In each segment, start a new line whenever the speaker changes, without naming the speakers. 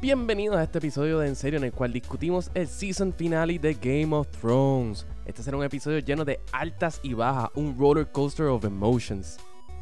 Bienvenidos a este episodio de En Serio en el cual discutimos el season finale de Game of Thrones. Este será un episodio lleno de altas y bajas, un roller coaster of emotions.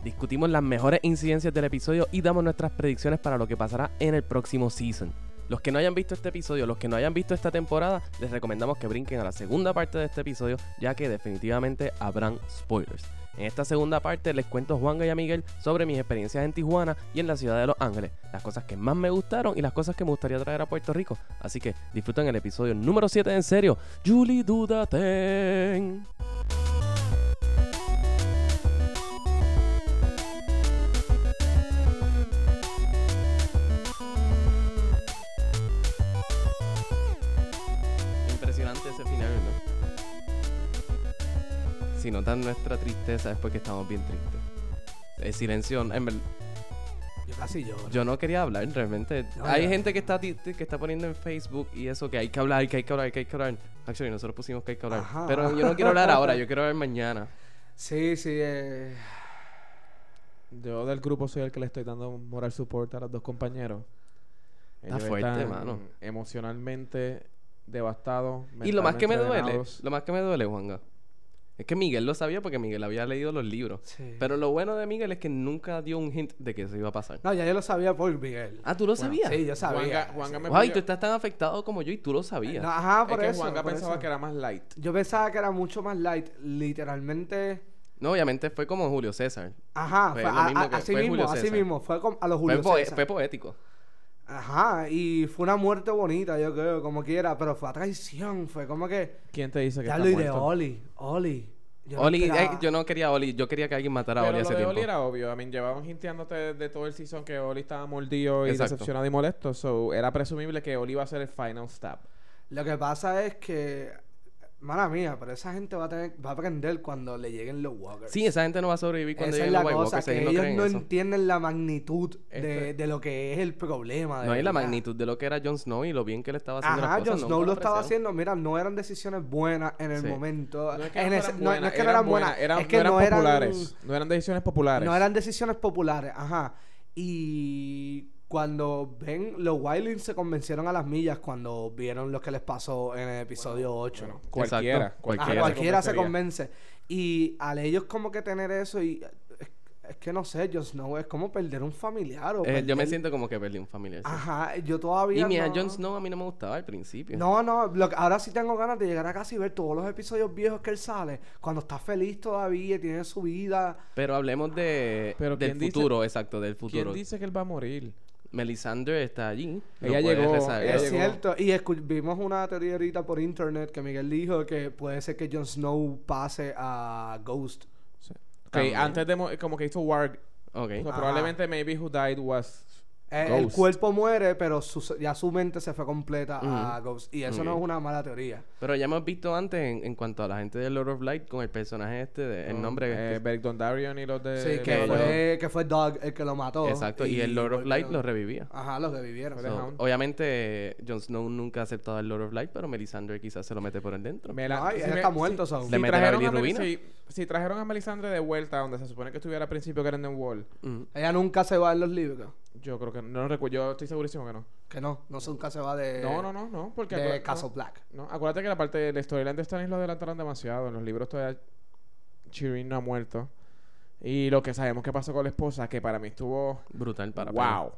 Discutimos las mejores incidencias del episodio y damos nuestras predicciones para lo que pasará en el próximo season. Los que no hayan visto este episodio, los que no hayan visto esta temporada, les recomendamos que brinquen a la segunda parte de este episodio, ya que definitivamente habrán spoilers. En esta segunda parte les cuento a Juanga y a Miguel sobre mis experiencias en Tijuana y en la ciudad de Los Ángeles, las cosas que más me gustaron y las cosas que me gustaría traer a Puerto Rico. Así que disfruten el episodio número 7 de en serio. Julie Dudaten. Impresionante ese final, ¿no? Si notan nuestra tristeza es porque estamos bien tristes. El silencio, en verdad,
Yo casi lloro.
yo no quería hablar realmente.
No,
hay
ya.
gente que está ti- que está poniendo en Facebook y eso que hay que hablar, que hay que hablar, que hay que hablar. Actually, nosotros pusimos que hay que hablar,
Ajá.
pero yo no quiero hablar ahora, yo quiero hablar mañana.
Sí, sí. eh, Yo del grupo soy el que le estoy dando moral support a los dos compañeros.
Está fuerte, mano.
Emocionalmente devastados.
Y lo más que me
mentalmente
duele,
drenados.
lo más que me duele, Juanga, es que Miguel lo sabía porque Miguel había leído los libros.
Sí.
Pero lo bueno de Miguel es que nunca dio un hint de que eso iba a pasar.
No, ya yo lo sabía por Miguel.
Ah, ¿tú lo sabías?
Sí, yo sabía.
Juanga, Juanga me
Ay,
pidió-
tú estás tan afectado como yo y tú lo sabías.
No, ajá,
es
por
que
eso.
Juanga
por
pensaba
eso.
que era más light.
Yo pensaba que era mucho más light. Literalmente.
No, obviamente fue como Julio César.
Ajá,
Fue
fue,
lo
a-
mismo
a-
que-
así
fue
mismo,
Julio
así
César.
mismo. Fue con- a los
Fue,
Julio
poe-
César.
fue poético.
Ajá, y fue una muerte bonita, yo creo, como quiera, pero fue a traición. Fue como que.
¿Quién te dice que
Ya
está
lo iré,
muerto?
Oli. Oli. Yo no
Oli, eh,
esperaba.
yo no quería a Oli, yo quería que alguien matara a
Pero
Oli
lo
hace
de
tiempo.
Oli era obvio. I mean, llevaban hinteándote de, de todo el season que Oli estaba mordido y
Exacto.
decepcionado y molesto. So, era presumible que Oli iba a ser el final stop.
Lo que pasa es que. Mala mía, pero esa gente va a, tener, va a aprender cuando le lleguen los walkers.
Sí, esa gente no va a sobrevivir cuando
Esa es
lleguen
la
los White
cosa,
Walkers,
que
ellos no
ellos
creen
no
eso.
entienden la magnitud de,
Este-
de lo que es el problema. de
No hay la
verdad.
magnitud de lo que era Jon Snow y lo bien que le estaba haciendo
Ajá,
las
Jon
cosas.
Snow
nunca
lo estaba
apreciaron.
haciendo. Mira, no eran decisiones buenas en el
Sí.
momento.
No es que
Ah, En
no
ese-
fueran
no- no es
buenas,
que no eran buenas,
eran,
es que
no eran
no eran-
populares. No eran decisiones populares.
No eran decisiones populares, ajá. Y cuando ven, los Wildlings se convencieron a las millas cuando vieron lo que les pasó en el episodio 8.
Bueno,
Exacto,
cualquiera,
Ajá,
cualquiera
Ah, cualquiera,
se
se
convencería.
convence. Y al ellos como que tener eso y... Es, es que no sé, Jon Snow es como perder un familiar o
Eh, yo me
perder-
siento como que perdí un familiar. sí.
Ajá, yo
Y
todavía
mira,
Ah, no...
Jon Snow a mí no me gustaba al principio.
No, no, lo que- ahora sí tengo ganas de llegar a casa y ver todos los episodios viejos que él sale. Cuando está feliz todavía, y tiene su vida.
Pero hablemos de,
Pero
del
¿quién dice-
futuro, exacto, del
¿Quién
futuro.
dice que él va a morir?
Melisandre está allí. lo
Ella
puede
llegó,
rezar.
ella
es
llegó.
cierto. Y escu- vimos una teoría ahorita por internet que Miguel dijo que puede ser que Jon Snow pase a Ghost.
Sí. Ok,
También.
antes de... mo- Como que hizo Warg.
Ok.
So,
Ajá.
probablemente maybe who died was...
Eh, el
Ghost.
cuerpo muere, pero su- ya su mente se fue completa a Ghost. Y eso no
Ok.
es una mala teoría.
Pero ya hemos visto antes en, en cuanto a la gente de Lord of Light con el personaje este, de- el nombre.
Eh,
que-
Beric Dondarrion y los de...
Sí,
pero
que
los-
fue, que fue Doug el que lo mató.
exacto. Y, el Lord of Light lo
volvieron.
revivía.
Ajá, los revivieron.
Fue
So,
The Hound.
obviamente, Jon Snow nunca ha aceptado el Lord of Light, pero Melisandre quizás se lo mete por el dentro.
Mela-
No,
si
él
me-
está
si-
muerto,
si,
son.
Le meten
trajeron
a
a Meli-
bilirrubina.
si- si trajeron a Melisandre de vuelta donde se supone que estuviera al principio que era en The Wall,
Mm.
Ella nunca se va en los libros.
yo creo que no, lo recuerdo, yo estoy segurísimo que no.
Que no, no se- nunca se va de.
no, no, no, no, porque
Eh, de
acuérdate-
Castle Black.
no, acuérdate que la parte del storyline de Stannis lo adelantaron demasiado, en los libros todavía Chirin no ha muerto. Y lo que sabemos que pasó con la esposa, que para mí estuvo
Brutal para
wow.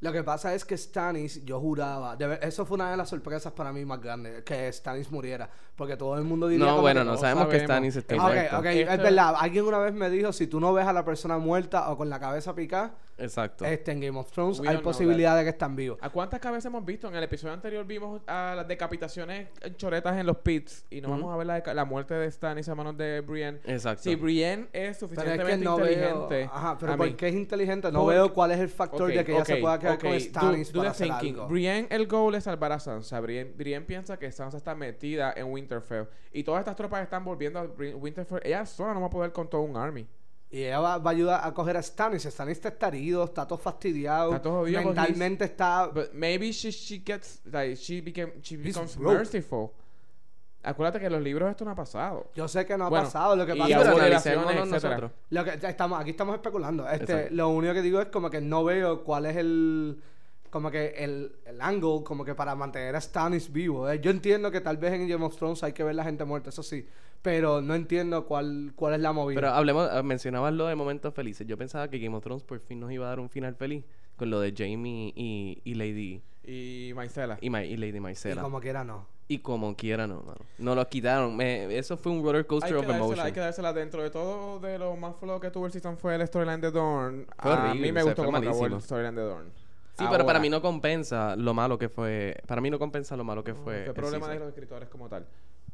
Lo que pasa es que Stannis, yo juraba, de ver- eso fue una de las sorpresas para mí más grandes, que Stannis muriera, porque todo el mundo diría
No,
como
bueno,
que-
no
no
sabemos que
sabemos.
Stannis está
Ok,
Ok,
muerto.
ok,
Esto-
es verdad. Alguien una vez me dijo, si tú no ves a la persona muerta o con la cabeza picada,
Exacto.
este, en Game of Thrones
We
hay
don't know
posibilidad de que están vivos.
¿A cuántas cabezas hemos visto? En el episodio anterior vimos a las decapitaciones en choretas en los pits y no
Ujú.
vamos a ver la, deca- la muerte de Stannis a manos de Brienne.
Exacto.
Si Brienne es
Pero es
suficientemente
que no veo...
Pues inteligente.
Ajá,
a
pero
mí-
¿por qué es inteligente? No
Porque-
veo cuál es el factor de que ella se
ok,
pueda quedar
ok.
con
Do-
Stannis
do
para
the
hacer
thinking.
algo.
Brienne, el goal es salvar a Sansa. Brienne, Brienne piensa que Sansa está metida en Winterfell. Y todas estas tropas están volviendo a Bri- Winterfell. Ella sola no va a poder con todo un army.
Y ella va, va a ayudar a coger a Stannis. Stannis está herido, está todo fastidiado.
Está todo jodido, pues,
mentalmente está...
But maybe she, she gets... Like, she, became, she
He's
becomes
broke.
merciful. Acuérdate que en los libros esto no ha pasado.
Yo sé que no ha
Bueno,
pasado. Lo que
y
pasa
Sí,
ya
es
pero
hubo
que...
analicémonos
relaciones, etcétera.
nosotros.
Lo que ya estamos, aquí estamos especulando. Este,
Exacto.
lo único que digo es como que no veo cuál es el... como que el, el angle, como que para mantener a Stannis vivo. ¿eh? Yo entiendo que tal vez en Game of Thrones hay que ver la gente muerta, eso sí, pero no entiendo cuál, cuál es la movida.
Pero hablemos, ah, mencionabas lo de momentos felices. Yo pensaba que Game of Thrones por fin nos iba a dar un final feliz con lo de Jamie y, y Lady
Y Maicela.
y, Ma- y Lady
y
Marcela.
como quiera, no.
Y como quiera, no, mano. No lo quitaron. Me- eso fue un roller
Hay
coaster
que,
of
dársela,
emotion.
hay que dársela dentro de todo de lo más flojo que tuvo el season fue el storyline de Dorn.
Fue
a
horrible,
mí me
o sea,
gustó
fue
cómo acabó
malísimo.
el storyline de Dorn.
Sí, pero para mí no compensa lo malo que fue. Para mí no compensa lo malo que fue.
Fue
el
problema de
season.
los escritores como tal.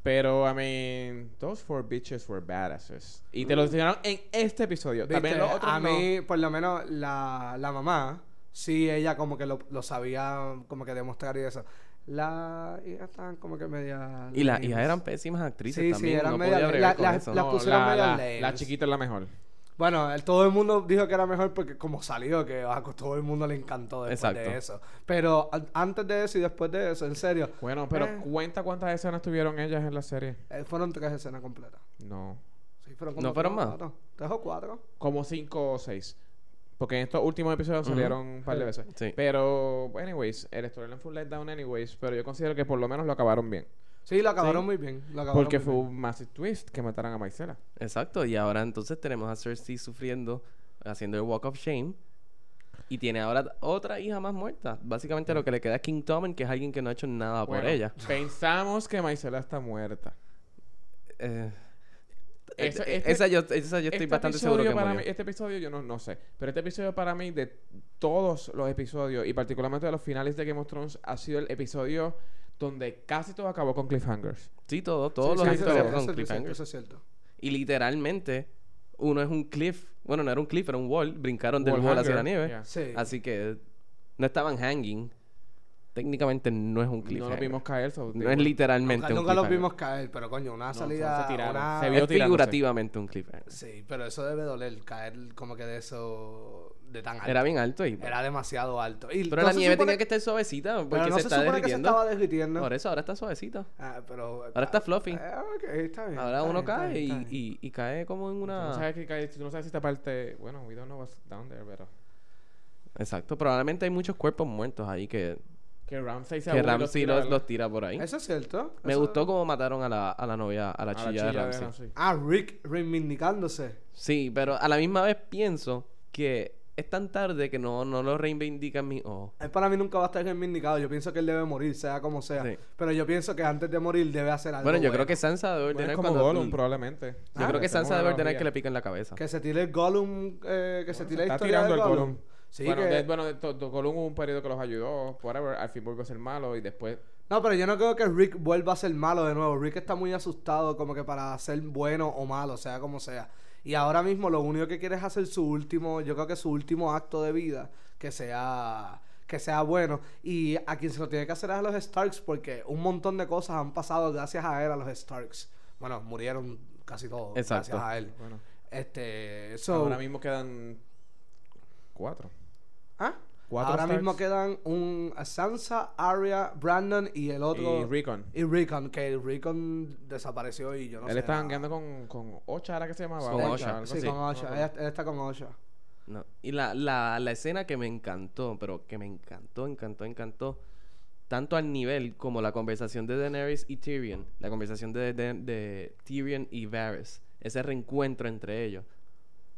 Pero, I mean, those four bitches were badasses. Y
Mm.
te lo enseñaron en este episodio. También
Viste,
los otros
a
no.
mí, por lo menos, la, la mamá, sí, ella como que lo, lo sabía como que demostrar y eso. La hija estaban como que media...
Y las
lames.
hijas eran pésimas actrices
Sí, sí,
también.
eran
no
media-
podía bregar
la-
con
la-
eso.
la-
No,
pusieron
la,
medio
la-
lames.
la chiquita es la mejor.
Bueno, el- todo el mundo dijo que era mejor porque como salió, que a todo el mundo le encantó después
Exacto.
de eso. Pero a- antes de eso y después de eso, en serio,
Bueno, pero
Eh.
cuenta cuántas escenas tuvieron ellas en la serie.
eh, fueron tres escenas completas.
No.
Sí, fueron
¿No fueron
tres
más?
o cuatro. Tres o cuatro.
Como cinco o seis. Porque en estos últimos episodios
Ujú.
salieron un par de veces.
Sí.
Pero, anyways, el storyline fue un letdown anyways. Pero yo considero que por lo menos lo acabaron bien.
Sí, lo acabaron
Sí.
muy bien. lo acabaron
Porque
muy
fue
bien.
un massive twist que mataran a Maicela.
Exacto. Y ahora entonces tenemos a Cersei sufriendo, haciendo el Walk of Shame. Y tiene ahora otra hija más muerta. Básicamente lo que le queda es King Tommen, que es alguien que no ha hecho nada
Bueno,
Ah, por ella.
Pensamos que Maicela está muerta.
Eh,
Eso-
eh,
este-
esa yo, esa yo estoy
Este
bastante seguro que
episodio para
murió.
mí- este episodio yo no, no sé. Pero este episodio para mí, de todos los episodios, y particularmente de los finales de Game of Thrones, ha sido el episodio donde casi todo acabó con cliffhangers.
Sí, todo, todos
Sí,
los
sí,
actores
eso es
episodios
cierto,
fueron
eso es cierto,
cliffhangers.
Eso es cierto.
Y literalmente, uno es un cliff. Bueno, no era un cliff, era un wall. Brincaron del wall hacia la
Wallhanger,
nieve.
yeah.
Sí.
Así que no estaban hanging. Técnicamente no es un cliff.
No lo vimos caer. so-
No es literalmente
Nunca,
un
nunca los
cliffhanger.
vimos caer, pero coño, una
No,
salida.
se tiraron,
una-
se vio
Es
tirándose.
figurativamente un cliffhanger.
Sí, pero eso debe doler, caer como que de eso. de tan alto.
Era bien alto y...
Era demasiado alto. Y
Pero
no
la
se
nieve
supone-
tenía que estar suavecita porque
Pero no
se,
se,
está
supone que se
derritiendo.
estaba derritiendo.
Por eso ahora está suavecita.
Ah, pero,
Ahora está fluffy.
Ah, ok, está bien.
Ahora
está
uno
bien, está
cae
bien,
y,
está bien.
y- y cae como en
Tú no
una...
sabes que cae- tú no sabes si esta parte... Bueno, we don't know what's down there, pero...
Exacto. Probablemente hay muchos cuerpos muertos ahí que,
Que Ramsay se
que
aburre y los
Ramsey
tira
los,
de la-
los tira por ahí.
Eso es cierto.
Me
eso-
gustó cómo mataron a la, a la novia, a la
a la
chilla, de Ramsey.
Ah, Rick reivindicándose.
Sí, pero a la misma vez pienso que es tan tarde que no, no lo reivindican mis ojos.
Él para mí nunca va a estar reivindicado. Yo pienso que él debe morir, sea como sea.
Sí.
Pero yo pienso que antes de morir debe hacer algo.
Bueno, yo creo que Sansa debe
Bueno,
ordenar
es como
cuando-
Gollum, probablemente. Ah,
Yo creo que Sansa debe
de
ordenar que le piquen la cabeza.
Que se tire el Gollum. eh, que se
Bueno,
tire la
está
historia
tirando
del
el
Gollum.
Gollum.
Sí,
bueno,
que-
de, bueno de, to- to- Gollum hubo un periodo que los ayudó, whatever. Al fin volvió a ser malo y después...
No, pero yo no creo que Rick vuelva a ser malo de nuevo. Rick está muy asustado como que para ser bueno o malo, sea como sea. Y ahora mismo lo único que quiere es hacer su último, yo creo que su último acto de vida, que sea que sea bueno. Y a quien se lo tiene que hacer es a los Starks porque un montón de cosas han pasado gracias a él, a los Starks. Bueno, murieron casi todos
Exacto.
gracias a él.
Bueno,
Este, so-
ahora mismo quedan... Cuatro.
¿Ah?
cuatro
Ahora
Starks.
mismo quedan un a Sansa, Arya, Brandon y el otro
Y Recon.
Y Recon, que el Recon desapareció y yo no sé.
Él está
nada.
jangueando con, con Ocha, ahora que se llamaba.
Con
Él-
Osha, algo
Sí,
así.
con Osha. Él, él está con Osha.
No. Y la, la, la escena que me encantó, pero que me encantó, encantó, encantó, tanto al nivel como la conversación de Daenerys y Tyrion, la conversación de, de, de Tyrion y Varys, ese reencuentro entre ellos,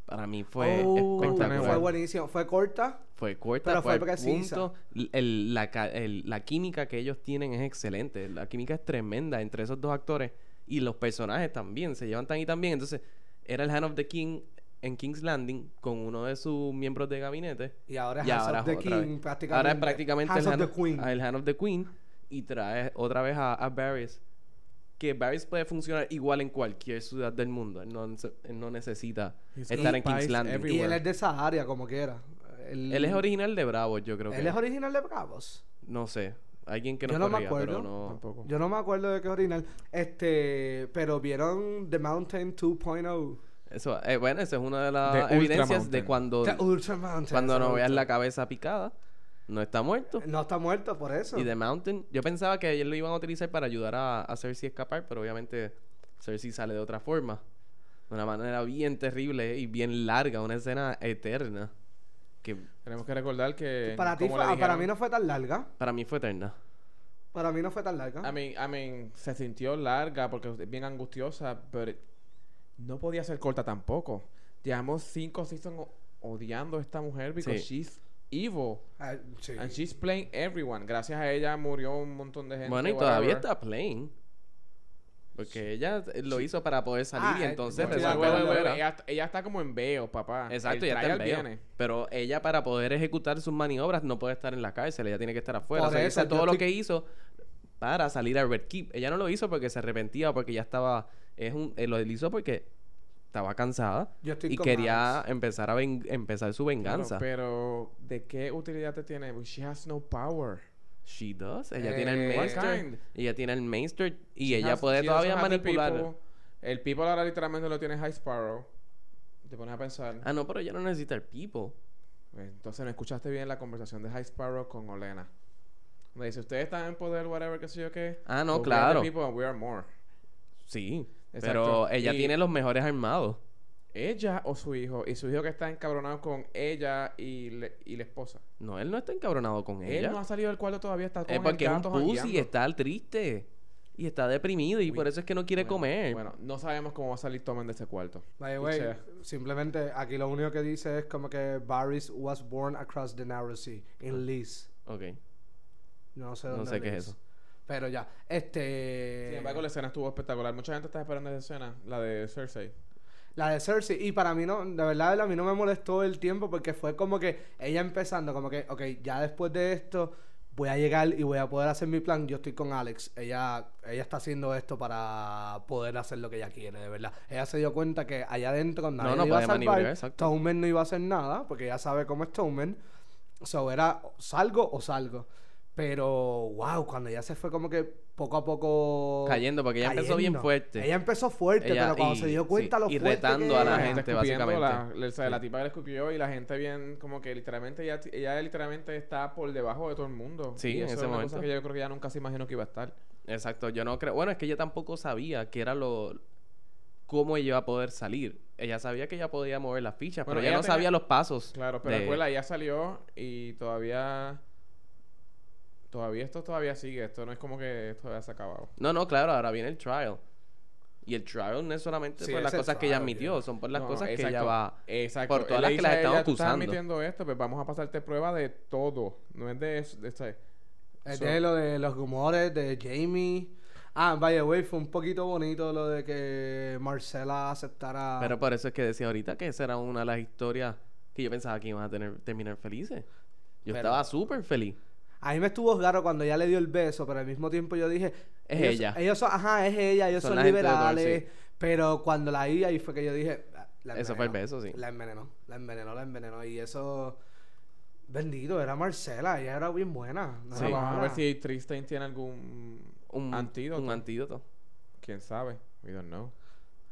para mí fue
Oh,
espectacular.
Fue buenísimo. Fue corta.
Fue corta,
Pero
fue,
fue
al
precisa.
punto. L- el- la, ca- el- la química que ellos tienen es excelente. La química es tremenda entre esos dos actores. Y los personajes también se llevan tan y tan bien. Entonces, era el Hand of the King en King's Landing con uno de sus miembros de gabinete.
Y ahora es
Y
House
ahora
of
es
the
otra
King
vez.
prácticamente.
Ahora es prácticamente
House
el,
of
hand
the Queen.
el Hand of the Queen. Y trae otra vez a, a Varys. Que Varys puede funcionar igual en cualquier ciudad del mundo. Él no, nece- él no necesita
He's
estar
got
en King's
spies
Landing.
Y él
everywhere.
es de esa área, como quiera.
Él es original de Bravo, yo creo que.
Él es
era.
original de Bravos.
No sé. Alguien que
Yo
nos
no me
corría, pero
acuerdo.
no.
Tampoco.
Yo no me acuerdo de qué original. Este. Pero vieron The Mountain oh. 2.0.
Eso, eh, bueno, esa es una de las
De
evidencias
Ultramountain.
de cuando,
The Ultra Mountain.
cuando
ese
no
me
veas la
gustó.
cabeza picada, no está muerto.
No está muerto por eso.
Y The Mountain, yo pensaba que ellos lo iban a utilizar para ayudar a, a Cersei a escapar, pero obviamente Cersei sale de otra forma. De una manera bien terrible y bien larga, una escena eterna. que
Tenemos que recordar que.
Para ti,
como
fue-
le
ah, para mí
dijeron,
no fue tan larga.
para mí fue eterna.
Para mí no fue tan larga.
I mean, I mean, se sintió larga porque es bien angustiosa, pero no podía ser corta tampoco. Llevamos cinco seasons o- odiando a esta mujer porque
Sí.
she's evil.
Ah, sí.
And she's playing everyone. Gracias a ella murió un montón de gente.
Bueno, y
whatever.
todavía está playing. Porque ella eh, lo hizo para poder salir
Ah,
y
eh,
entonces
Bueno,
Desde
bueno,
resultó
la
bueno,
ganadora.
bueno, ella, ella está como en veo, papá.
Exacto,
Ah, El
ya está en
trial
veo.
viene.
Pero ella para poder ejecutar sus maniobras no puede estar en la cárcel, ella tiene que estar afuera.
Por
O sea,
eso,
hizo todo
yo
lo
estoy-
que hizo para salir a Red Keep. Ella no lo hizo porque se arrepentía o porque ya estaba... Es un, eh, lo hizo porque estaba cansada
Yo estoy
y
con
quería
Alex.
empezar a ven- empezar su
Claro,
venganza.
pero, ¿de qué utilidad te tiene? Because She has no power.
She does. Ella
Eh,
tiene el
what
Mainster.
kind?
Ella tiene el Mainster y
She
ella
has-
puede
she doesn't
todavía
have the
manipular.
people. El people ahora literalmente lo tiene High Sparrow. Te pones a pensar.
Ah, no, pero ella no necesita el people.
Entonces no escuchaste bien la conversación de High Sparrow con Olena. Donde dice, ustedes están en poder, whatever, qué sé yo qué.
Ah, no,
But we are the
claro.
people and we are more.
Sí. Pero
Exacto.
ella
Y-
tiene los mejores armados.
Ella o su hijo. Y su hijo que está encabronado con ella y, le- y la esposa.
No, él no está encabronado con ella.
Él no ha salido del cuarto todavía, está con
es
el
Eh, porque es un
gato
pussy y
jangueando.
está triste. Y está deprimido y
Uy,
por eso es que no quiere
Bueno,
comer.
Bueno, no sabemos cómo va a salir Tomen de ese cuarto.
By the way,
sea.
simplemente aquí lo único que dice es como que Varys was born across the narrow sea in Lys.
Ok.
No sé
Ah. No
dónde
sé qué es
Lys.
eso.
Pero ya, este
Sin
Eh.
embargo, la escena estuvo espectacular. Mucha gente está esperando esa escena, la de Cersei.
La de Cersei, y para mí no, de verdad, a mí no me molestó el tiempo porque fue como que ella empezando, como que, ok, ya después de esto voy a llegar y voy a poder hacer mi plan, yo estoy con Alex, ella, ella está haciendo esto para poder hacer lo que ella quiere, de verdad. Ella se dio cuenta que allá adentro nadie
no
le iba
podía
a salvar,
maniobrar, exacto.
Stoneman no iba a hacer nada, porque ya sabe cómo es Stoneman, so era salgo o salgo. Pero, wow, cuando ella se fue como que poco a
Oh,
poco...
Cayendo, porque ella empezó bien
cayendo.
fuerte.
Ella empezó fuerte,
Ella-
pero cuando
y-
se dio cuenta
sí,
lo
y
fuerte
retando
que
a la
era.
gente.
escupiendo,
básicamente.
La, o sea, la tipa que la escupió y la gente bien, como que literalmente ella, ella literalmente está por debajo de todo el mundo.
Sí,
Y
en
eso
ese
es una
momento.
cosa que yo creo que ella nunca se imaginó que iba a estar.
Exacto, yo no creo. Bueno, es que ella tampoco sabía que era lo. cómo ella iba a poder salir. Ella sabía que ella podía mover las fichas,
Bueno,
pero ella
ella
no
tenía-
sabía los pasos.
Claro, pero
de-
recuerda, ella salió y todavía. Todavía esto todavía sigue. Esto no es como que esto ya se ha acabado.
No, no, claro, ahora viene el trial. Y el trial no es solamente
Sí,
por las
ese
cosas que ella
trial,
admitió,
tío.
son por las
No,
cosas que
exacto,
ella va.
Exacto.
por todas
Él
las
le
que
dice
la
a
están
ella, "Tú estás
acusando".
admitiendo esto, pues vamos a pasarte prueba de todo. No es de eso. de esta-
Es
So-
de lo de los rumores de Jamie. Ah, by the way, fue un poquito bonito lo de que Marcela aceptara.
Pero por eso es que decía ahorita que esa era una de las historias que yo pensaba que iban a tener, terminar felices. Yo
Pero-
estaba súper feliz.
A mí me estuvo raro cuando ella le dio el beso, pero al mismo tiempo yo dije.
Es
ellos-
ella.
Ellos son, ajá, es ella, ellos
Son
son,
la gente de Dorothy.
liberales. Pero cuando la vi, ahí fue que yo dije. "Ah, la
Eso fue el
envenenó,
beso, sí.
La envenenó, la envenenó, la envenenó. Y eso. Bendito, era Marcela, ella era bien buena. no
Sí.
era
Vamos a ver
mala.
si Tristan tiene algún
Un
antídoto.
Un antídoto.
Quién sabe. We don't know.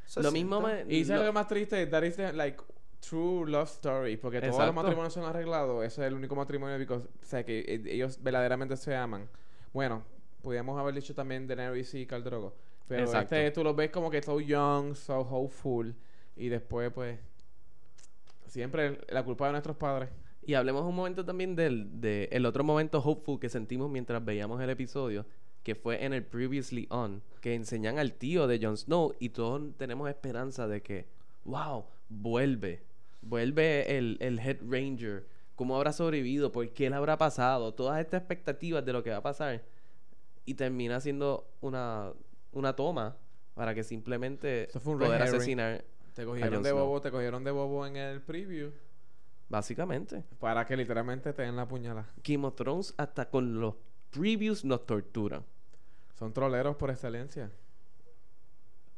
Eso es
lo mismo
cierto.
me.
Y
lo-
¿sabes lo más triste, that is the, like true love story, porque todos
Exacto.
los matrimonios son arreglados, ese es el único matrimonio because, o sea, que eh, ellos verdaderamente se aman. Bueno, podíamos haber dicho también Daenerys y Khal Drogo, pero
Exacto.
este tú los ves como que so young, so hopeful y después pues siempre la culpa de nuestros padres.
Y hablemos un momento también del de el otro momento hopeful que sentimos mientras veíamos el episodio, que fue en el Previously On, que enseñan al tío de Jon Snow y todos tenemos esperanza de que, wow, vuelve, vuelve el, el Head Ranger, cómo habrá sobrevivido, por qué le habrá pasado, todas estas expectativas de lo que va a pasar. Y termina siendo una, una toma para que simplemente
Eso fue un red
poder
herring.
asesinar,
Te
Jon
cogieron de
Snow.
bobo, te cogieron de bobo en el preview
básicamente.
para que literalmente te den la puñalada.
Game of Thrones hasta con los previews nos torturan.
Son troleros por excelencia.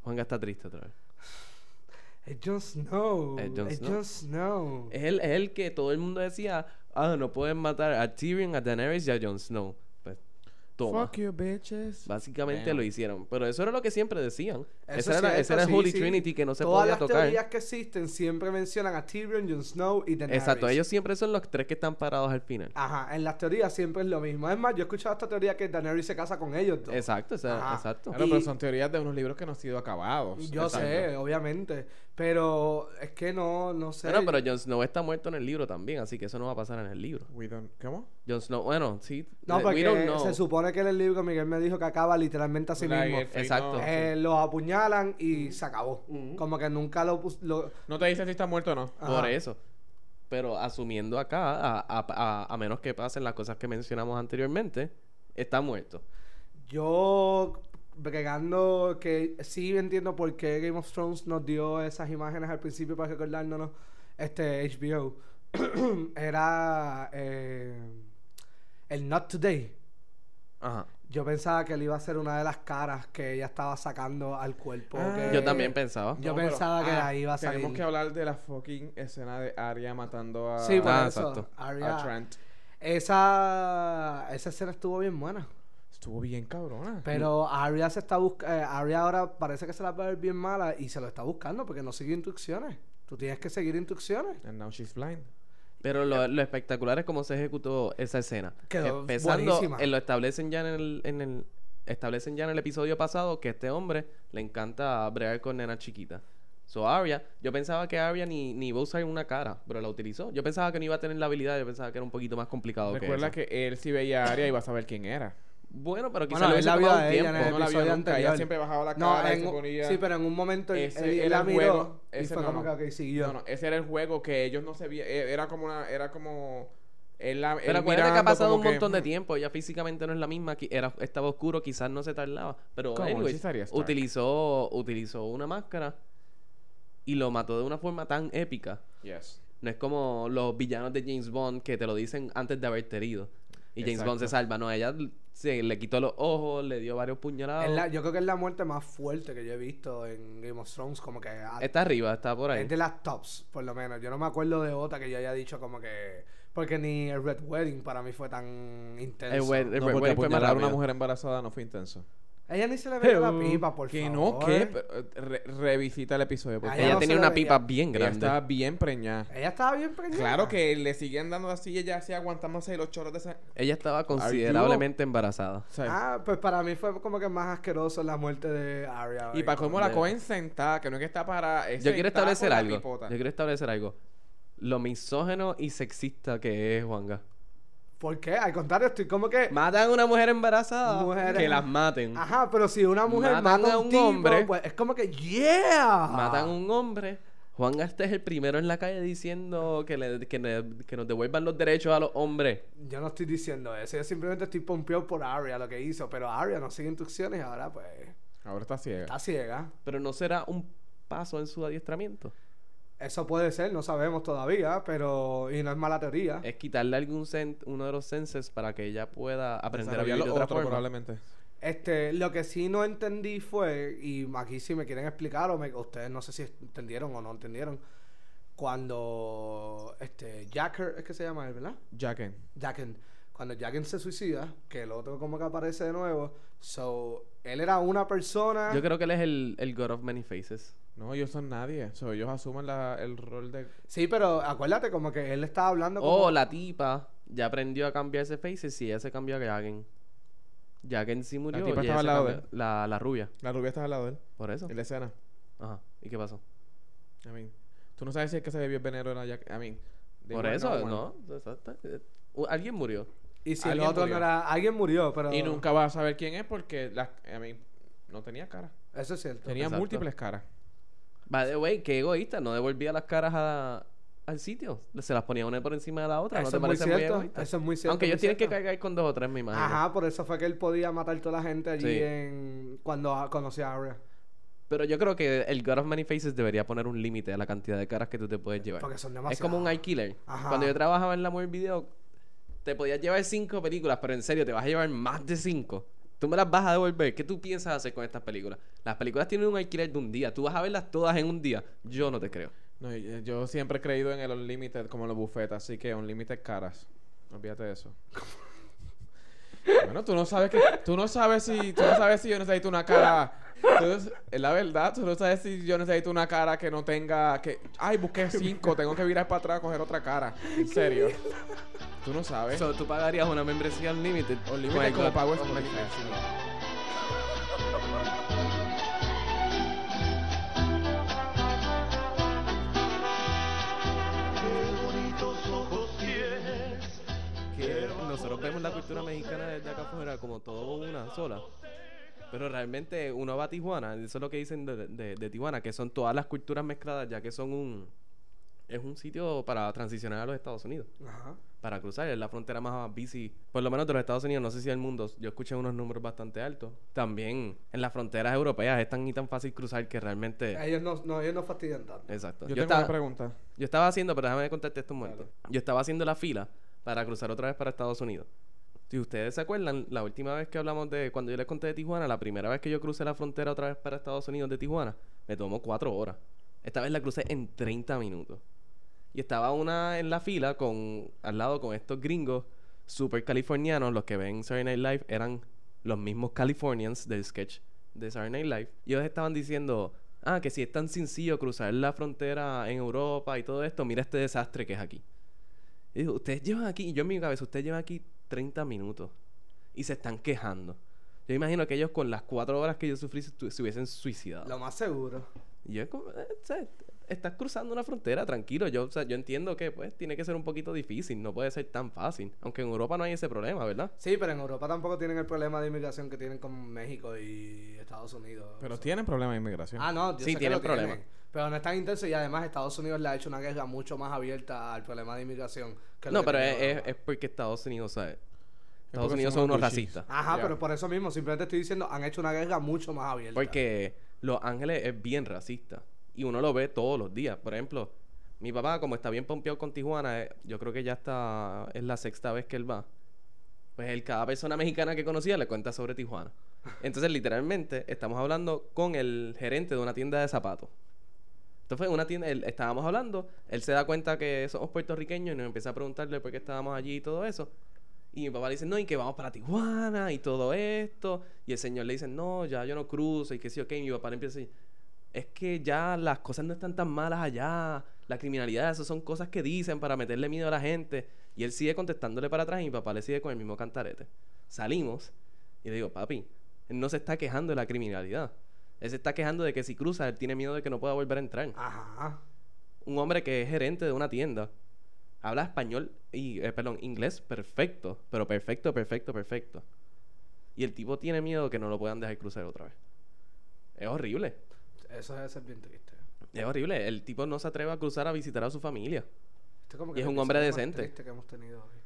Juanga está triste otra vez.
Es Jon Snow.
Es Jon
Es
Snow.
Jon Snow.
Es el, es el que todo el mundo decía, ah, no pueden matar a Tyrion, a Daenerys y a Jon Snow. Pues, toma.
Fuck you bitches.
Básicamente
Damn.
lo hicieron. Pero eso era lo que siempre decían.
Eso
Esa era, la-
es
esa era
cierto,
el
sí,
Holy
sí.
Trinity que no se
Todas
podía
las
tocar.
teorías que existen siempre mencionan a Tyrion, Jon Snow y Daenerys.
Exacto, ellos siempre son los tres que están parados al final.
Ajá, en las teorías siempre es lo mismo. Es más, yo he escuchado esta teoría que Daenerys se casa con ellos dos.
exacto, o sea,
Ajá.
exacto.
Claro,
Y-
pero son teorías de unos libros que no han sido acabados.
Yo sé, obviamente. Pero es que no, no sé.
Bueno, pero Jon Snow está muerto en el libro también, así que eso no va a pasar en el libro.
We don't... ¿Cómo?
Jon Snow, bueno, sí. eh,
No,
we don't
porque
know.
se supone que en el libro que Miguel me dijo que acaba literalmente así
Like,
mismo.
if we
Exacto.
know-
Eh, los apuñalan y se acabó.
Ujú.
Como que nunca lo, pus- lo-
No te dice si está muerto o no.
Ajá.
Por eso. Pero asumiendo acá, a, a- a- a menos que pasen las cosas que mencionamos anteriormente, está muerto.
Yo bregando que sí entiendo por qué Game of Thrones nos dio esas imágenes al principio para recordándonos este HBO era eh, el Not Today.
Ajá.
Yo pensaba que él iba a ser una de las caras que ella estaba sacando al cuerpo.
Ah.
que-
Yo también pensaba.
Yo
No, pero-
pensaba que
ah,
ahí iba a salir.
Tenemos que hablar de la fucking escena de Arya matando a,
Sí, por
Ah,
eso.
exacto.
Arya-
a Trent.
esa esa escena estuvo bien buena.
Estuvo bien cabrona.
Pero Arya se está buscando. Arya ahora parece que se la va a ver bien mala y se lo está buscando porque no sigue instrucciones. Tú tienes que seguir instrucciones.
And now she's blind.
Pero lo, lo espectacular es cómo se ejecutó esa escena.
Quedó
Empezando,
buenísima.
eh, lo establecen ya en el, en el- establecen ya en el episodio pasado que a este hombre le encanta bregar con nenas chiquitas. So Arya, yo pensaba que Arya ni, ni iba a usar una cara, pero la utilizó. Yo pensaba que no iba a tener la habilidad, yo pensaba que era un poquito más complicado
Recuerda
que, eso.
que él si veía a Arya iba a saber quién era.
Bueno, pero quizás
Bueno,
le hubiese
él la vio
tomado
a
un
ella en
tiempo.
el
No la vio
episodio
nunca.
anterior.
Ella siempre bajaba la
No,
cara y
en
se
un-
ponía...
sí, pero en un momento él-
Ese
él, él
era
la
el
miró
juego,
y
ese
fue
no,
como
no.
que ok, siguió.
No, no, ese era el juego que ellos no se veían. Era como una... Era como... Él la, él
Pero acuérdate que ha
mirando
pasado
como
un
que,
montón de
"Hmm,
tiempo. Ella físicamente no es la misma. qui- Era, estaba oscuro, quizás no se tardaba. Pero
Come on,
anyways,
she's Arya Stark.
utilizó, utilizó una máscara y lo mató de una forma tan épica.
Yes.
No es como los villanos de James Bond que te lo dicen antes de haberte herido. Y James Bond se
Exacto.
salva. No, ella se le quitó los ojos, le dio varios puñalados.
Es la- yo creo que es la muerte más fuerte que yo he visto en Game of Thrones. Como que a-
Está arriba, está por ahí.
es de las tops, por lo menos. Yo no me acuerdo de otra que yo haya dicho como que. Porque ni el Red Wedding para mí fue tan intenso.
El Red- el
No,
Red
porque
Wedding Eh, fue más
apuñalar a una
rápido.
mujer embarazada no fue intenso.
Ella ni se le veía la pipa, por
que
favor.
no, que eh, revisita el episodio. Porque
Ay,
Ella
no
tenía
se
una
veía.
pipa bien
ella
grande.
estaba bien preñada.
Ella estaba bien preñada.
Claro que le siguen dando así y ella así aguantándose los chorros de esa.
Ella estaba considerablemente embarazada.
o sea,
Ah, pues para mí fue como que más asqueroso la muerte de Arya.
y para cómo la
de-
cohen sentada, que no es que está para. es
Yo quiero
sentada con
establecer
la
algo.
pipota.
Yo quiero establecer algo. Lo misógeno y sexista que es Juanga.
¿Por qué? Al contrario, estoy como que.
Matan a una mujer embarazada.
Mujeres-
Que las maten.
Ah.
Ajá, pero si una mujer
Matan
mata
a
a
un
un, tipo,
hombre.
pues es como que yeah.
Matan a un hombre. Juanga este es el primero en la calle diciendo que, le- que, le- que nos devuelvan los derechos a los hombres.
Yo no estoy diciendo eso, yo simplemente estoy pompeado por Arya lo que hizo, pero Arya no sigue instrucciones y ahora pues
Ahora está ciega.
está ciega.
Pero no será un paso en su adiestramiento.
Eso puede ser, no sabemos todavía, pero y no es mala teoría.
Es quitarle algún sen- uno de los senses para que ella pueda aprender a
Desarrolló
vivir de
lo
otra
otro,
forma.
probablemente.
Este, lo que sí no entendí fue, y aquí si me quieren explicar, o me- ustedes no sé si entendieron o no entendieron, cuando este Jacker, es que se llama él, ¿verdad?
Jaquen.
Jacken. Cuando Jacken se suicida, que el otro como que aparece de nuevo, so, él era una persona.
Yo creo que él es el, el God of Many Faces.
No, ellos son nadie. So, ellos asumen la- el rol de.
Sí, pero acuérdate, como que él estaba hablando como...
Oh, la tipa ya aprendió a cambiarse faces y ella se cambió a Jagen. Jagen sí murió. y
tipa estaba
ella se
al lado de
cambió- la, la rubia,
La rubia está al lado de él.
por eso.
En la escena.
Ajá. ¿Y qué pasó?
I mean, tú no sabes si es que se bebió el veneno en la Jack. I mean, they
por
were
eso,
no one.
no. exacto. Eh, u- Alguien murió.
Y si el
alguien
otro
murió.
no era... Alguien murió, pero...
Y nunca vas a saber quién es porque las I mean, no tenía cara.
Eso es cierto.
Tenía
Exacto.
múltiples caras.
By the way, qué egoísta. No devolvía las caras a- al sitio. Se las ponía una por encima de la otra. ¿No
Eso
te
es muy
parece muy
cierto.
egoísta?
eso es muy cierto.
Aunque
muy
ellos tienen que
cierto.
cargar con dos o tres, me imagino.
Ajá, por eso fue que él podía matar toda la gente allí
Sí.
en... Cuando a- conoció a Arya.
Pero yo creo que el God of Many Faces debería poner un límite a la cantidad de caras que tú te puedes llevar.
Porque son
Es como un
demasiado.
alquiler.
Ajá.
Cuando yo trabajaba en la Movie Video, te podías llevar cinco películas, pero en serio, te vas a llevar más de cinco. Tú me las vas a devolver. ¿Qué tú piensas hacer con estas películas? Las películas tienen un alquiler de un día. Tú vas a verlas todas en un día. Yo no te creo.
No, y- eh, yo siempre he creído en el Unlimited como los bufetes, así que Unlimited caras. Olvídate de eso. bueno, tú no sabes que tú no sabes si tú no sabes si yo necesito una cara. Entonces, es la verdad, tú no sabes si yo necesito una cara que no tenga que ay, busqué cinco, tengo que virar para atrás a coger otra cara. En serio. Tú no sabes.
So, tú pagarías una membresía Unlimited. con el
Unlimited como
God-
pago es
Unlimited. vemos la cultura mexicana desde acá afuera como todo una sola. Pero realmente uno va a Tijuana, eso es lo que dicen de, de- de Tijuana, que son todas las culturas mezcladas, ya que son un... Es un sitio para transicionar a los Estados Unidos,
Ajá.
para cruzar, es la frontera más bici, por lo menos de los Estados Unidos, no sé si del mundo, yo escuché unos números bastante altos. También en las fronteras europeas es tan y tan fácil cruzar que realmente...
Ellos no, no, ellos no fastidian tanto.
Exacto.
Yo,
Yo
tengo
estaba-
una pregunta.
yo estaba haciendo, pero déjame contarte esto un momento. Yo estaba haciendo la fila para cruzar otra vez para Estados Unidos. Si ustedes se acuerdan, la última vez que hablamos de cuando yo les conté de Tijuana, la primera vez que yo crucé la frontera otra vez para Estados Unidos de Tijuana, me tomó cuatro horas. Esta vez la crucé en 30 minutos. Y estaba una en la fila con al lado con estos gringos super californianos, los que ven Saturday Night Live eran los mismos Californians del sketch de Saturday Night Live. Y ellos estaban diciendo, ah, que si es tan sencillo cruzar la frontera en Europa y todo esto, mira este desastre que es aquí. Y digo, ustedes llevan aquí, y yo en mi cabeza, ustedes llevan aquí 30 minutos y se están quejando. Yo imagino que ellos con las cuatro horas que yo sufrí se, tu- se hubiesen suicidado.
Lo más seguro.
Y yo es como, eh, o sea, estás cruzando una frontera, tranquilo. Yo, o sea, yo entiendo que pues tiene que ser un poquito difícil, no puede ser tan fácil. Aunque en Europa no hay ese problema, ¿verdad?
Sí, pero en Europa tampoco tienen el problema de inmigración que tienen con México y Estados Unidos.
Pero
O sea,
tienen problemas de inmigración.
Ah, no, yo
Sí,
sé que
tienen
lo tienen,
problemas.
Pero no es tan intenso y además Estados Unidos le ha hecho una guerra mucho más abierta al problema de inmigración. que lo
No,
que
pero
tiene
es, es-
Europa.
es porque Estados Unidos, ¿sabes? Estados
porque
Unidos
son
son unos
unos
racistas.
Ajá,
Ya.
pero por eso mismo, simplemente estoy diciendo, han hecho una guerra mucho más abierta.
Porque Los Ángeles es bien racista. Y uno lo ve todos los días. Por ejemplo, mi papá, como está bien pompeado con Tijuana, eh, yo creo que ya está. Es la sexta vez que él va. Pues él, cada persona mexicana que conocía le cuenta sobre Tijuana. Entonces, literalmente, estamos hablando con el gerente de una tienda de zapatos. Entonces, en una tienda, él- estábamos hablando, él se da cuenta que somos puertorriqueños y nos empieza a preguntarle por qué estábamos allí y todo eso. Y mi papá le dice, no, y que vamos para Tijuana y todo esto. Y el señor le dice, no, ya yo no cruzo y que sí, ok. Y mi papá le empieza a decir, es que ya las cosas no están tan malas allá. La criminalidad, eso son cosas que dicen para meterle miedo a la gente. Y él sigue contestándole para atrás y mi papá le sigue con el mismo cantarete. Salimos y le digo, papi, él no se está quejando de la criminalidad. Él se está quejando de que si cruza, él tiene miedo de que no pueda volver a entrar
Ajá.
un hombre que es gerente de una tienda. Habla español y, eh, perdón, inglés perfecto, pero perfecto, perfecto, perfecto. Y el tipo tiene miedo que no lo puedan dejar cruzar otra vez. Es horrible,
Eso debe ser bien triste.
es horrible. El tipo no se atreve a cruzar a visitar a su familia.
Esto como
Y es
la
un hombre
episodio más
decente.
triste que hemos tenido hoy.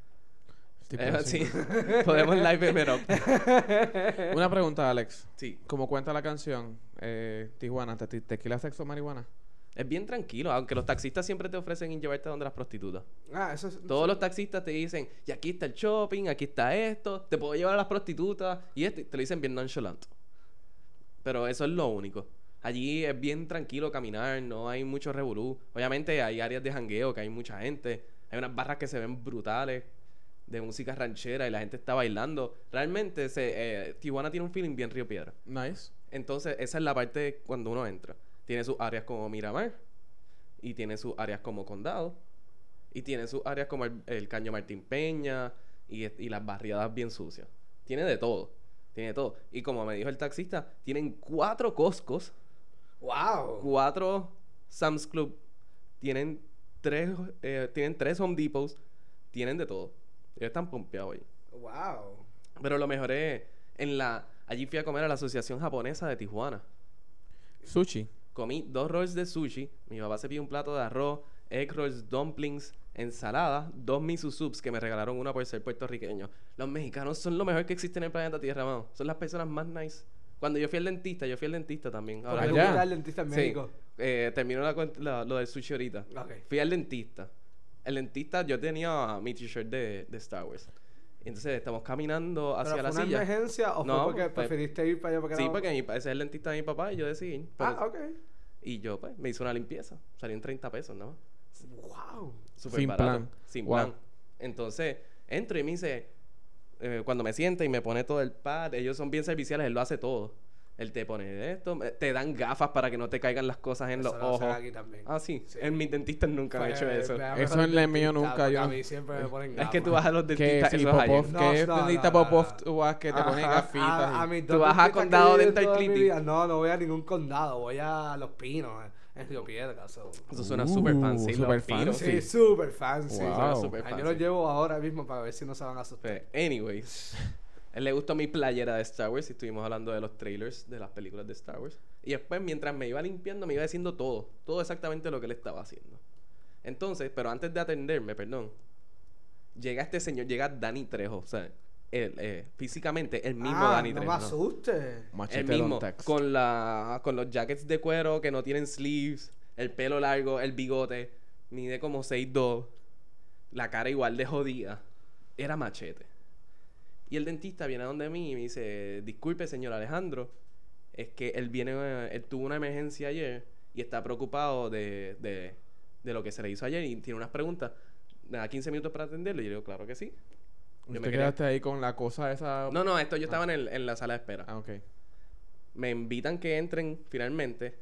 El tipo
Eh,
así.
sí. Podemos live it up.
Una pregunta, Alex.
Sí.
Como cuenta la canción, eh, Tijuana, ¿te, te- tequila, sexo, marihuana?
Es bien tranquilo, aunque los taxistas siempre te ofrecen llevarte donde las prostitutas.
Ah, eso es...
Todos los taxistas te dicen, y aquí está el shopping, aquí está esto, te puedo llevar a las prostitutas, y este, te lo dicen bien nonchalant. Pero eso es lo único. Allí es bien tranquilo caminar, no hay mucho revolú. Obviamente hay áreas de jangueo que hay mucha gente, hay unas barras que se ven brutales de música ranchera y la gente está bailando. Realmente se, eh, Tijuana tiene un feeling bien Río Piedra.
Nice.
Entonces, esa es la parte cuando uno entra. Tiene sus áreas como Miramar, y tiene sus áreas como Condado, y tiene sus áreas como el, el Caño Martín Peña, y, es- y las barriadas bien sucias. Tiene de todo. Tiene de todo. Y como me dijo el taxista, tienen cuatro Costcos,
¡Wow!
cuatro Sam's Club, tienen tres, eh, tienen tres Home Depots, tienen de todo. Ellos están pompeados ahí.
¡Wow!
Pero lo mejor es en la... Allí fui a comer a la Asociación Japonesa de Tijuana.
Sushi.
Comí dos rolls de sushi. Mi papá se pidió un plato de arroz, egg rolls, dumplings, ensalada, dos miso subs que me regalaron una por ser puertorriqueño. Los mexicanos son lo mejor que existe en el planeta Tierra, mano. Son las personas más nice. Cuando yo fui al dentista, yo fui al dentista también.
Porque
Ahora,
le
allá.
gusta el dentista en
Sí.
México.
Eh, termino la cuen- la- lo del sushi ahorita.
Ok.
Fui al dentista. El dentista, yo tenía mi t-shirt de, de Star Wars. Entonces estamos caminando hacia
¿Pero
la
fue una
silla.
emergencia o
No,
fue porque
fue-
preferiste ir para allá porque
Sí,
era-
porque mi pa- ese es el dentista de mi papá y yo decidí. ir. Pero-
Ah, ok.
y yo, pues, me hice una limpieza. Salían 30 pesos, ¿no?
¡Wow!
Súper
Sin
barato.
plan.
Sin
Wow.
plan. Entonces, entro y me dice, eh, cuando me sienta y me pone todo el pad, ellos son bien serviciales, él lo hace todo. Él te pone esto, eh, te dan gafas para que no te caigan las cosas en
Eso
los
lo hacen
ojos.
aquí también.
Ah, sí.
Sí.
En mis dentistas nunca han hecho
Pues,
eso.
vea,
Eso
mejor
en la
el
mía nunca,
porque
yo
A
no-
mí siempre me ponen
Es que tú
gafas.
vas a los
Que
dentistas,
si
eso es ayer.
Popov,
No,
que es
no, no,
dentista
no, no.
Popov, tú vas que te ponen
Ajá,
gafitas.
a- a
y-
mis
Tú
dos
vas a
dentistas que
Condado
he ido
Dental
toda mi
Clinic.
vida. No, no voy a ningún condado, voy a Los Pinos. eh. en Río Piedra. so.
Eso suena
Uh,
súper fancy. lo
súper
pido.
fancy.
Sí, súper fancy.
Wow.
Suena súper
Ay,
fancy.
yo lo llevo ahora mismo para ver si no se van a asustar.
Pues, anyways, él le gustó mi playera de Star Wars y estuvimos hablando de los trailers de las películas de Star Wars. Y después, mientras me iba limpiando, me iba diciendo todo, todo exactamente lo que él estaba haciendo. Entonces, pero antes de atenderme, perdón, llega este señor, llega Dani Trejo, o sea, él, eh, físicamente el mismo
Ah,
Dani
no me
Trejo. ¿no?
asustes.
El
Machete
mismo,
Don Tex.
con, la, con los jackets de cuero que no tienen sleeves, el pelo largo, el bigote, mide como 6'2, la cara igual de jodida. Era machete. Y el dentista viene a donde mí y me dice, disculpe señor Alejandro, es que él viene, eh, él tuvo una emergencia ayer y está preocupado de, de, de lo que se le hizo ayer y tiene unas preguntas. Me da 15 minutos para atenderlo y yo le digo, claro que sí.
Yo
me
me
quería-
quedaste ahí con la cosa esa.
No, no, esto yo estaba en, el- en la sala de espera.
Ah, ok.
me invitan que entren finalmente.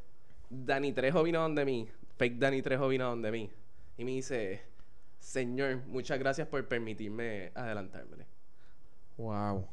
Dani Trejo vino donde mí, fake Dani Trejo vino donde mí. Y me dice, señor, muchas gracias por permitirme adelantarme.
Wow.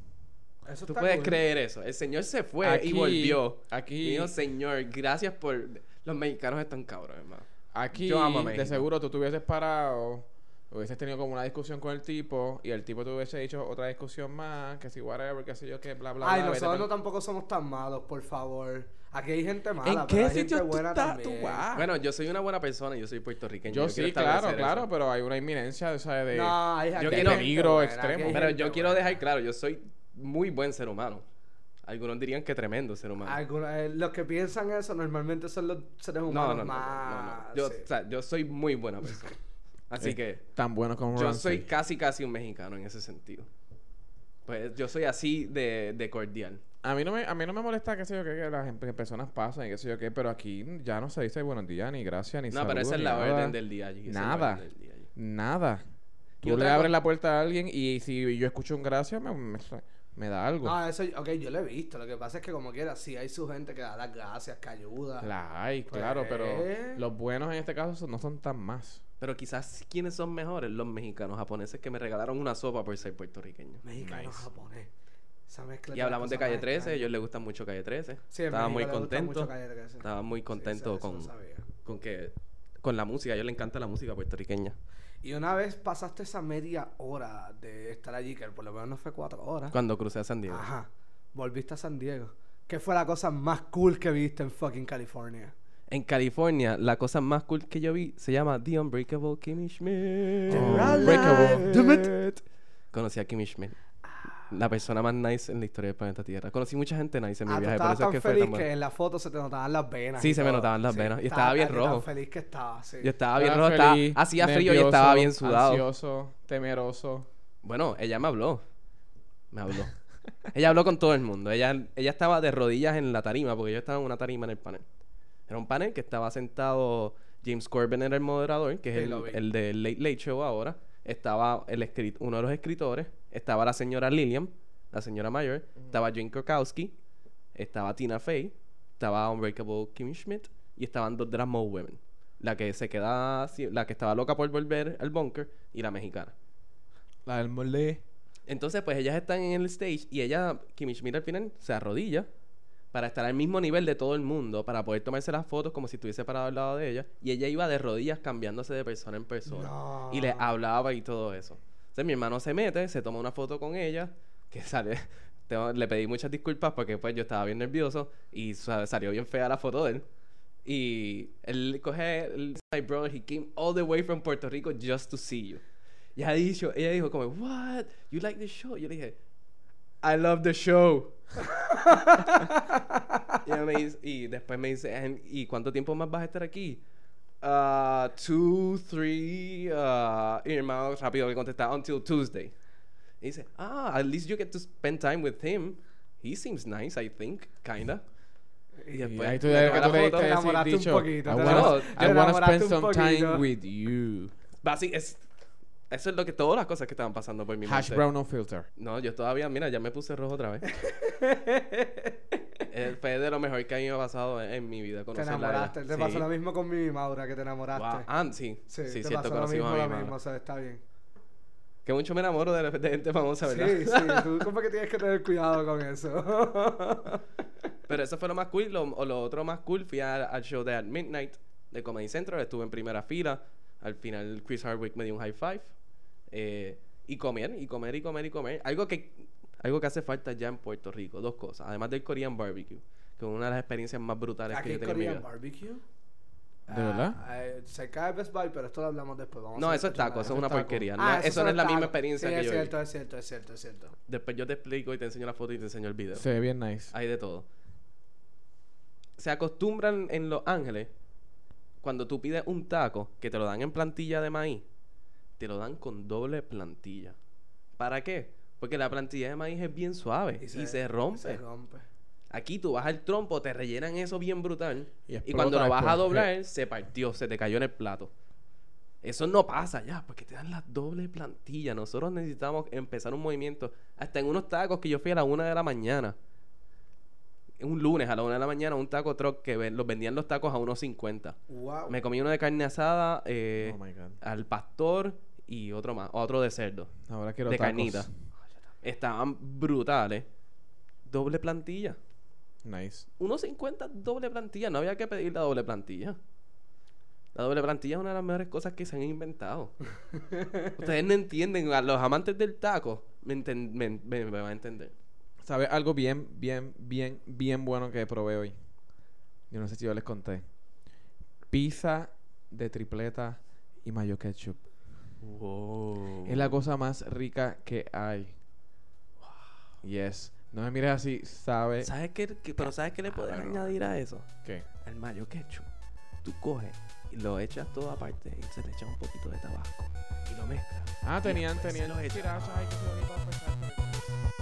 Eso
Tú
está
puedes
cool.
creer eso. El señor se fue y
Aquí-
volvió.
aquí-
Y dijo, señor, gracias por... Los mexicanos están cabros, hermano.
Aquí,
Yo amo a México.
de seguro, tú te hubieses parado, hubieses tenido como una discusión con el tipo, y el tipo te hubiese dicho otra discusión más, que si whatever, que sé yo, que bla, bla,
Ay,
bla. vete
nosotros
pa'l-
no tampoco somos tan malos, por favor. Aquí hay gente mala,
¿En
pero
qué
hay gente
sitio tú
buena
estás?
también.
Tú vas.
Bueno, yo soy una buena persona, yo soy puertorriqueño.
yo,
quiero
sí, claro,
establecer eso.
claro, pero hay una inminencia, o sea, de...
No, hay, aquí hay
quiero-
gente
peligro
buena,
extremo.
aquí hay
Pero
gente
yo quiero
buena.
dejar claro, yo soy muy buen ser humano. Algunos dirían que tremendo ser humano.
Algunos- eh, los que piensan eso normalmente son los seres
No,
humanos
no, no, no, no,
más.
no. Yo,
sí.
o sea, yo soy muy buena persona. Así
es
que
Tan bueno como
yo
Ramsey.
soy casi, casi un mexicano en ese sentido. Pues yo soy así de, de cordial.
A mí no me, a mí no me molesta, qué sé yo, qué, que las em- que personas pasan y qué sé yo qué, pero aquí ya no se dice buenos días, ni gracias, ni
no, pero esa
saludos,
es
ni
la
nada.
orden del día allí. esa es la
Nada.
orden del día allí.
Nada.
Y
Tú le
otra
abres
co-
la puerta a alguien y si yo escucho un gracias, me, me- me da algo.
Ah,
No, eso, ok, yo lo he visto. Lo que pasa es que, como quiera, sí hay su gente que da las gracias, que ayuda.
La hay, claro, pero
Pues-
los buenos en este caso son- no son tan más.
Pero quizás quienes son mejores, los mexicanos japoneses que me regalaron una sopa por ser puertorriqueño.
Mexicano,
Nice.
japonés. Esa mezcla
Y
todas
hablamos de
las cosas
Calle
más
13, a
extrañas.
ellos les gusta mucho Calle 13.
Sí, en
Estaba
México
muy
le gusta mucho
contento.
Calle 13.
Estaba muy
Sí,
contento
eso- eso
con-
lo sabía.
Con que con la música, a ellos le encanta la música puertorriqueña.
Y una vez pasaste esa media hora de estar allí, que por lo menos no fue cuatro horas.
Cuando crucé a San Diego.
Ajá. Volviste a San Diego. ¿Qué fue la cosa más cool que viste en fucking California?
En California, la cosa más cool que yo vi se llama The Unbreakable Kimmy Schmidt.
Oh.
breakable.
damn
Conocí a Kimmy Schmidt. La persona más nice en la historia del planeta Tierra. Conocí mucha gente nice en mi
Ah, tú
viaje, por
estabas
eso es
tan
que fue
feliz
tan bueno.
que en la foto se te notaban las venas.
Sí,
y
se me
todo.
notaban las venas. Y estaba bien
tan-
rojo.
Tan feliz que estaba, sí.
Yo estaba
Yo
bien
era
rojo, estaba-
feliz,
hacía frío y
nervioso,
estaba bien sudado.
Ansioso, temeroso.
Bueno, ella me habló. Me habló. ella habló con todo el mundo. Ella, ella estaba de rodillas en la tarima, porque yo estaba en una tarima en el panel. Era un panel que estaba sentado James Corbin era el moderador, que es
Sí,
el,
lo vi.
el de Late Late Show ahora. Estaba el escrit- uno de los escritores. Estaba la señora Lillian, la señora mayor. Estaba Jane Krakowski. Estaba Tina Fey. Estaba Unbreakable Kimmy Schmidt. Y estaban dos de las Mo Women. La que se queda, así- la que estaba loca por volver al bunker y la mexicana.
La del mole.
Entonces, pues ellas están en el stage y ella, Kimmy Schmidt al final, se arrodilla para estar al mismo nivel de todo el mundo, para poder tomarse las fotos como si estuviese parado al lado de ella. Y ella iba de rodillas cambiándose de persona en persona.
No.
Y le hablaba y todo eso. Entonces mi hermano se mete, se toma una foto con ella, que sale... tengo- le pedí muchas disculpas porque pues yo estaba bien nervioso y sa- salió bien fea la foto de él. Y él coge el My brother, he came all the way from Puerto Rico just to see you. Y ha dicho, ella dijo como, what? You like the show? Yo le dije, I love the show. y, ella me dice- y después me dice, "And- ¿y cuánto tiempo más vas a estar aquí? Ah, two, three, ah, y mi hermano rápido le contesta, until Tuesday. Y dice, ah, at least you get to spend time with him. He seems nice, I think, kinda. Y
Y
después
ahí tú
me
de
toma
que
la
tú le
foto.
Te
diste decir,
enamoraste un
dicho,
poquito,
I
te
wanna,
enamor-
I
te
wanna
enamoraste
spend
un
some
poquito.
time with you.
Basi- es, eso es lo que todas las cosas que estaban pasando por mi
Hash
mente.
brown no filter.
No, yo todavía, mira, ya me puse rojo otra vez. Eh, Fue de lo mejor que a mí me ha pasado en, en mi vida.
Te
conocerla a ella.
enamoraste. Te
Sí.
pasó lo mismo con mi Maura, que te enamoraste.
Wow. Ah, sí. Sí,
Sí, te
cierto,
pasó lo mismo,
conocimos a mi
lo
hermana.
mismo, o sea, está bien.
Que mucho me enamoro de, de gente famosa, ¿verdad?
Sí, sí, tú como que tienes que tener cuidado con eso.
Pero eso fue lo más cool. Lo, o lo otro más cool, fui al, al show de At Midnight, de Comedy Central, estuve en primera fila. Al final Chris Hardwick me dio un high five. Eh, y comer, y comer, y comer, y comer. Algo que, algo que hace falta ya en Puerto Rico, dos cosas. Además del Korean Barbecue, que es una de las experiencias más brutales
Aquí
que yo he
hay
tenido en mi
Korean
vida.
Barbecue.
Ah,
¿De verdad?
Ah, eh, se cae Best Buy, pero esto lo hablamos después. Vamos a
No,
hacer
eso es
esto
taco, eso es
una-
una
taco.
porquería. no
Ah,
es-
esos
eso
son
no es la
tacos.
misma experiencia
Sí,
que
es
yo viví.
cierto, es cierto, es cierto, es cierto.
Después yo te explico y te enseño la foto y te enseño el video.
Se ve bien nice.
Hay de todo. Se acostumbran en Los Ángeles, cuando tú pides un taco, que te lo dan en plantilla de maíz, te lo dan con doble plantilla. ¿Para qué? Porque la plantilla de maíz es bien suave y se, rompe.
Se rompe.
Aquí tú vas al trompo, te rellenan eso bien brutal.
Y
Y,
explota
cuando lo vas a
después,
doblar, se partió, se te cayó en el plato. Eso no pasa ya, porque te dan la doble plantilla. Nosotros necesitamos empezar un movimiento. Hasta en unos tacos que yo fui a la una de la mañana. Un lunes a la una de la mañana, un taco truck que ven- los vendían los tacos a 1.50.
Wow.
Me comí uno de carne asada, eh,
Oh my god.
al pastor y otro más, otro de cerdo.
Ahora quiero
de
tacos.
carnita. Estaban brutales. Doble plantilla.
Nice.
1.50 doble plantilla. No había que pedir la doble plantilla. La doble plantilla es una de las mejores cosas que se han inventado. Ustedes no entienden. A los amantes del taco me, enten- me- me- me van a entender.
¿Sabes algo bien, bien, bien, bien bueno que probé hoy? Yo no sé si yo les conté. Pizza de tripleta y mayo ketchup. Es
Uh.
la cosa más rica que hay. Yes. No me mires así, sabe
¿Sabes qué, qué- pero ¿sabes qué le puedes
Claro.
añadir a eso?
que
Al mayo ketchup. Tú coges y lo echas todo aparte y se le echa un poquito de tabasco. Y lo mezclas.
Ah, tenían,
después se
tenían.
los echas.
Chirachas, ay, que se lo digo, pues, ay, que-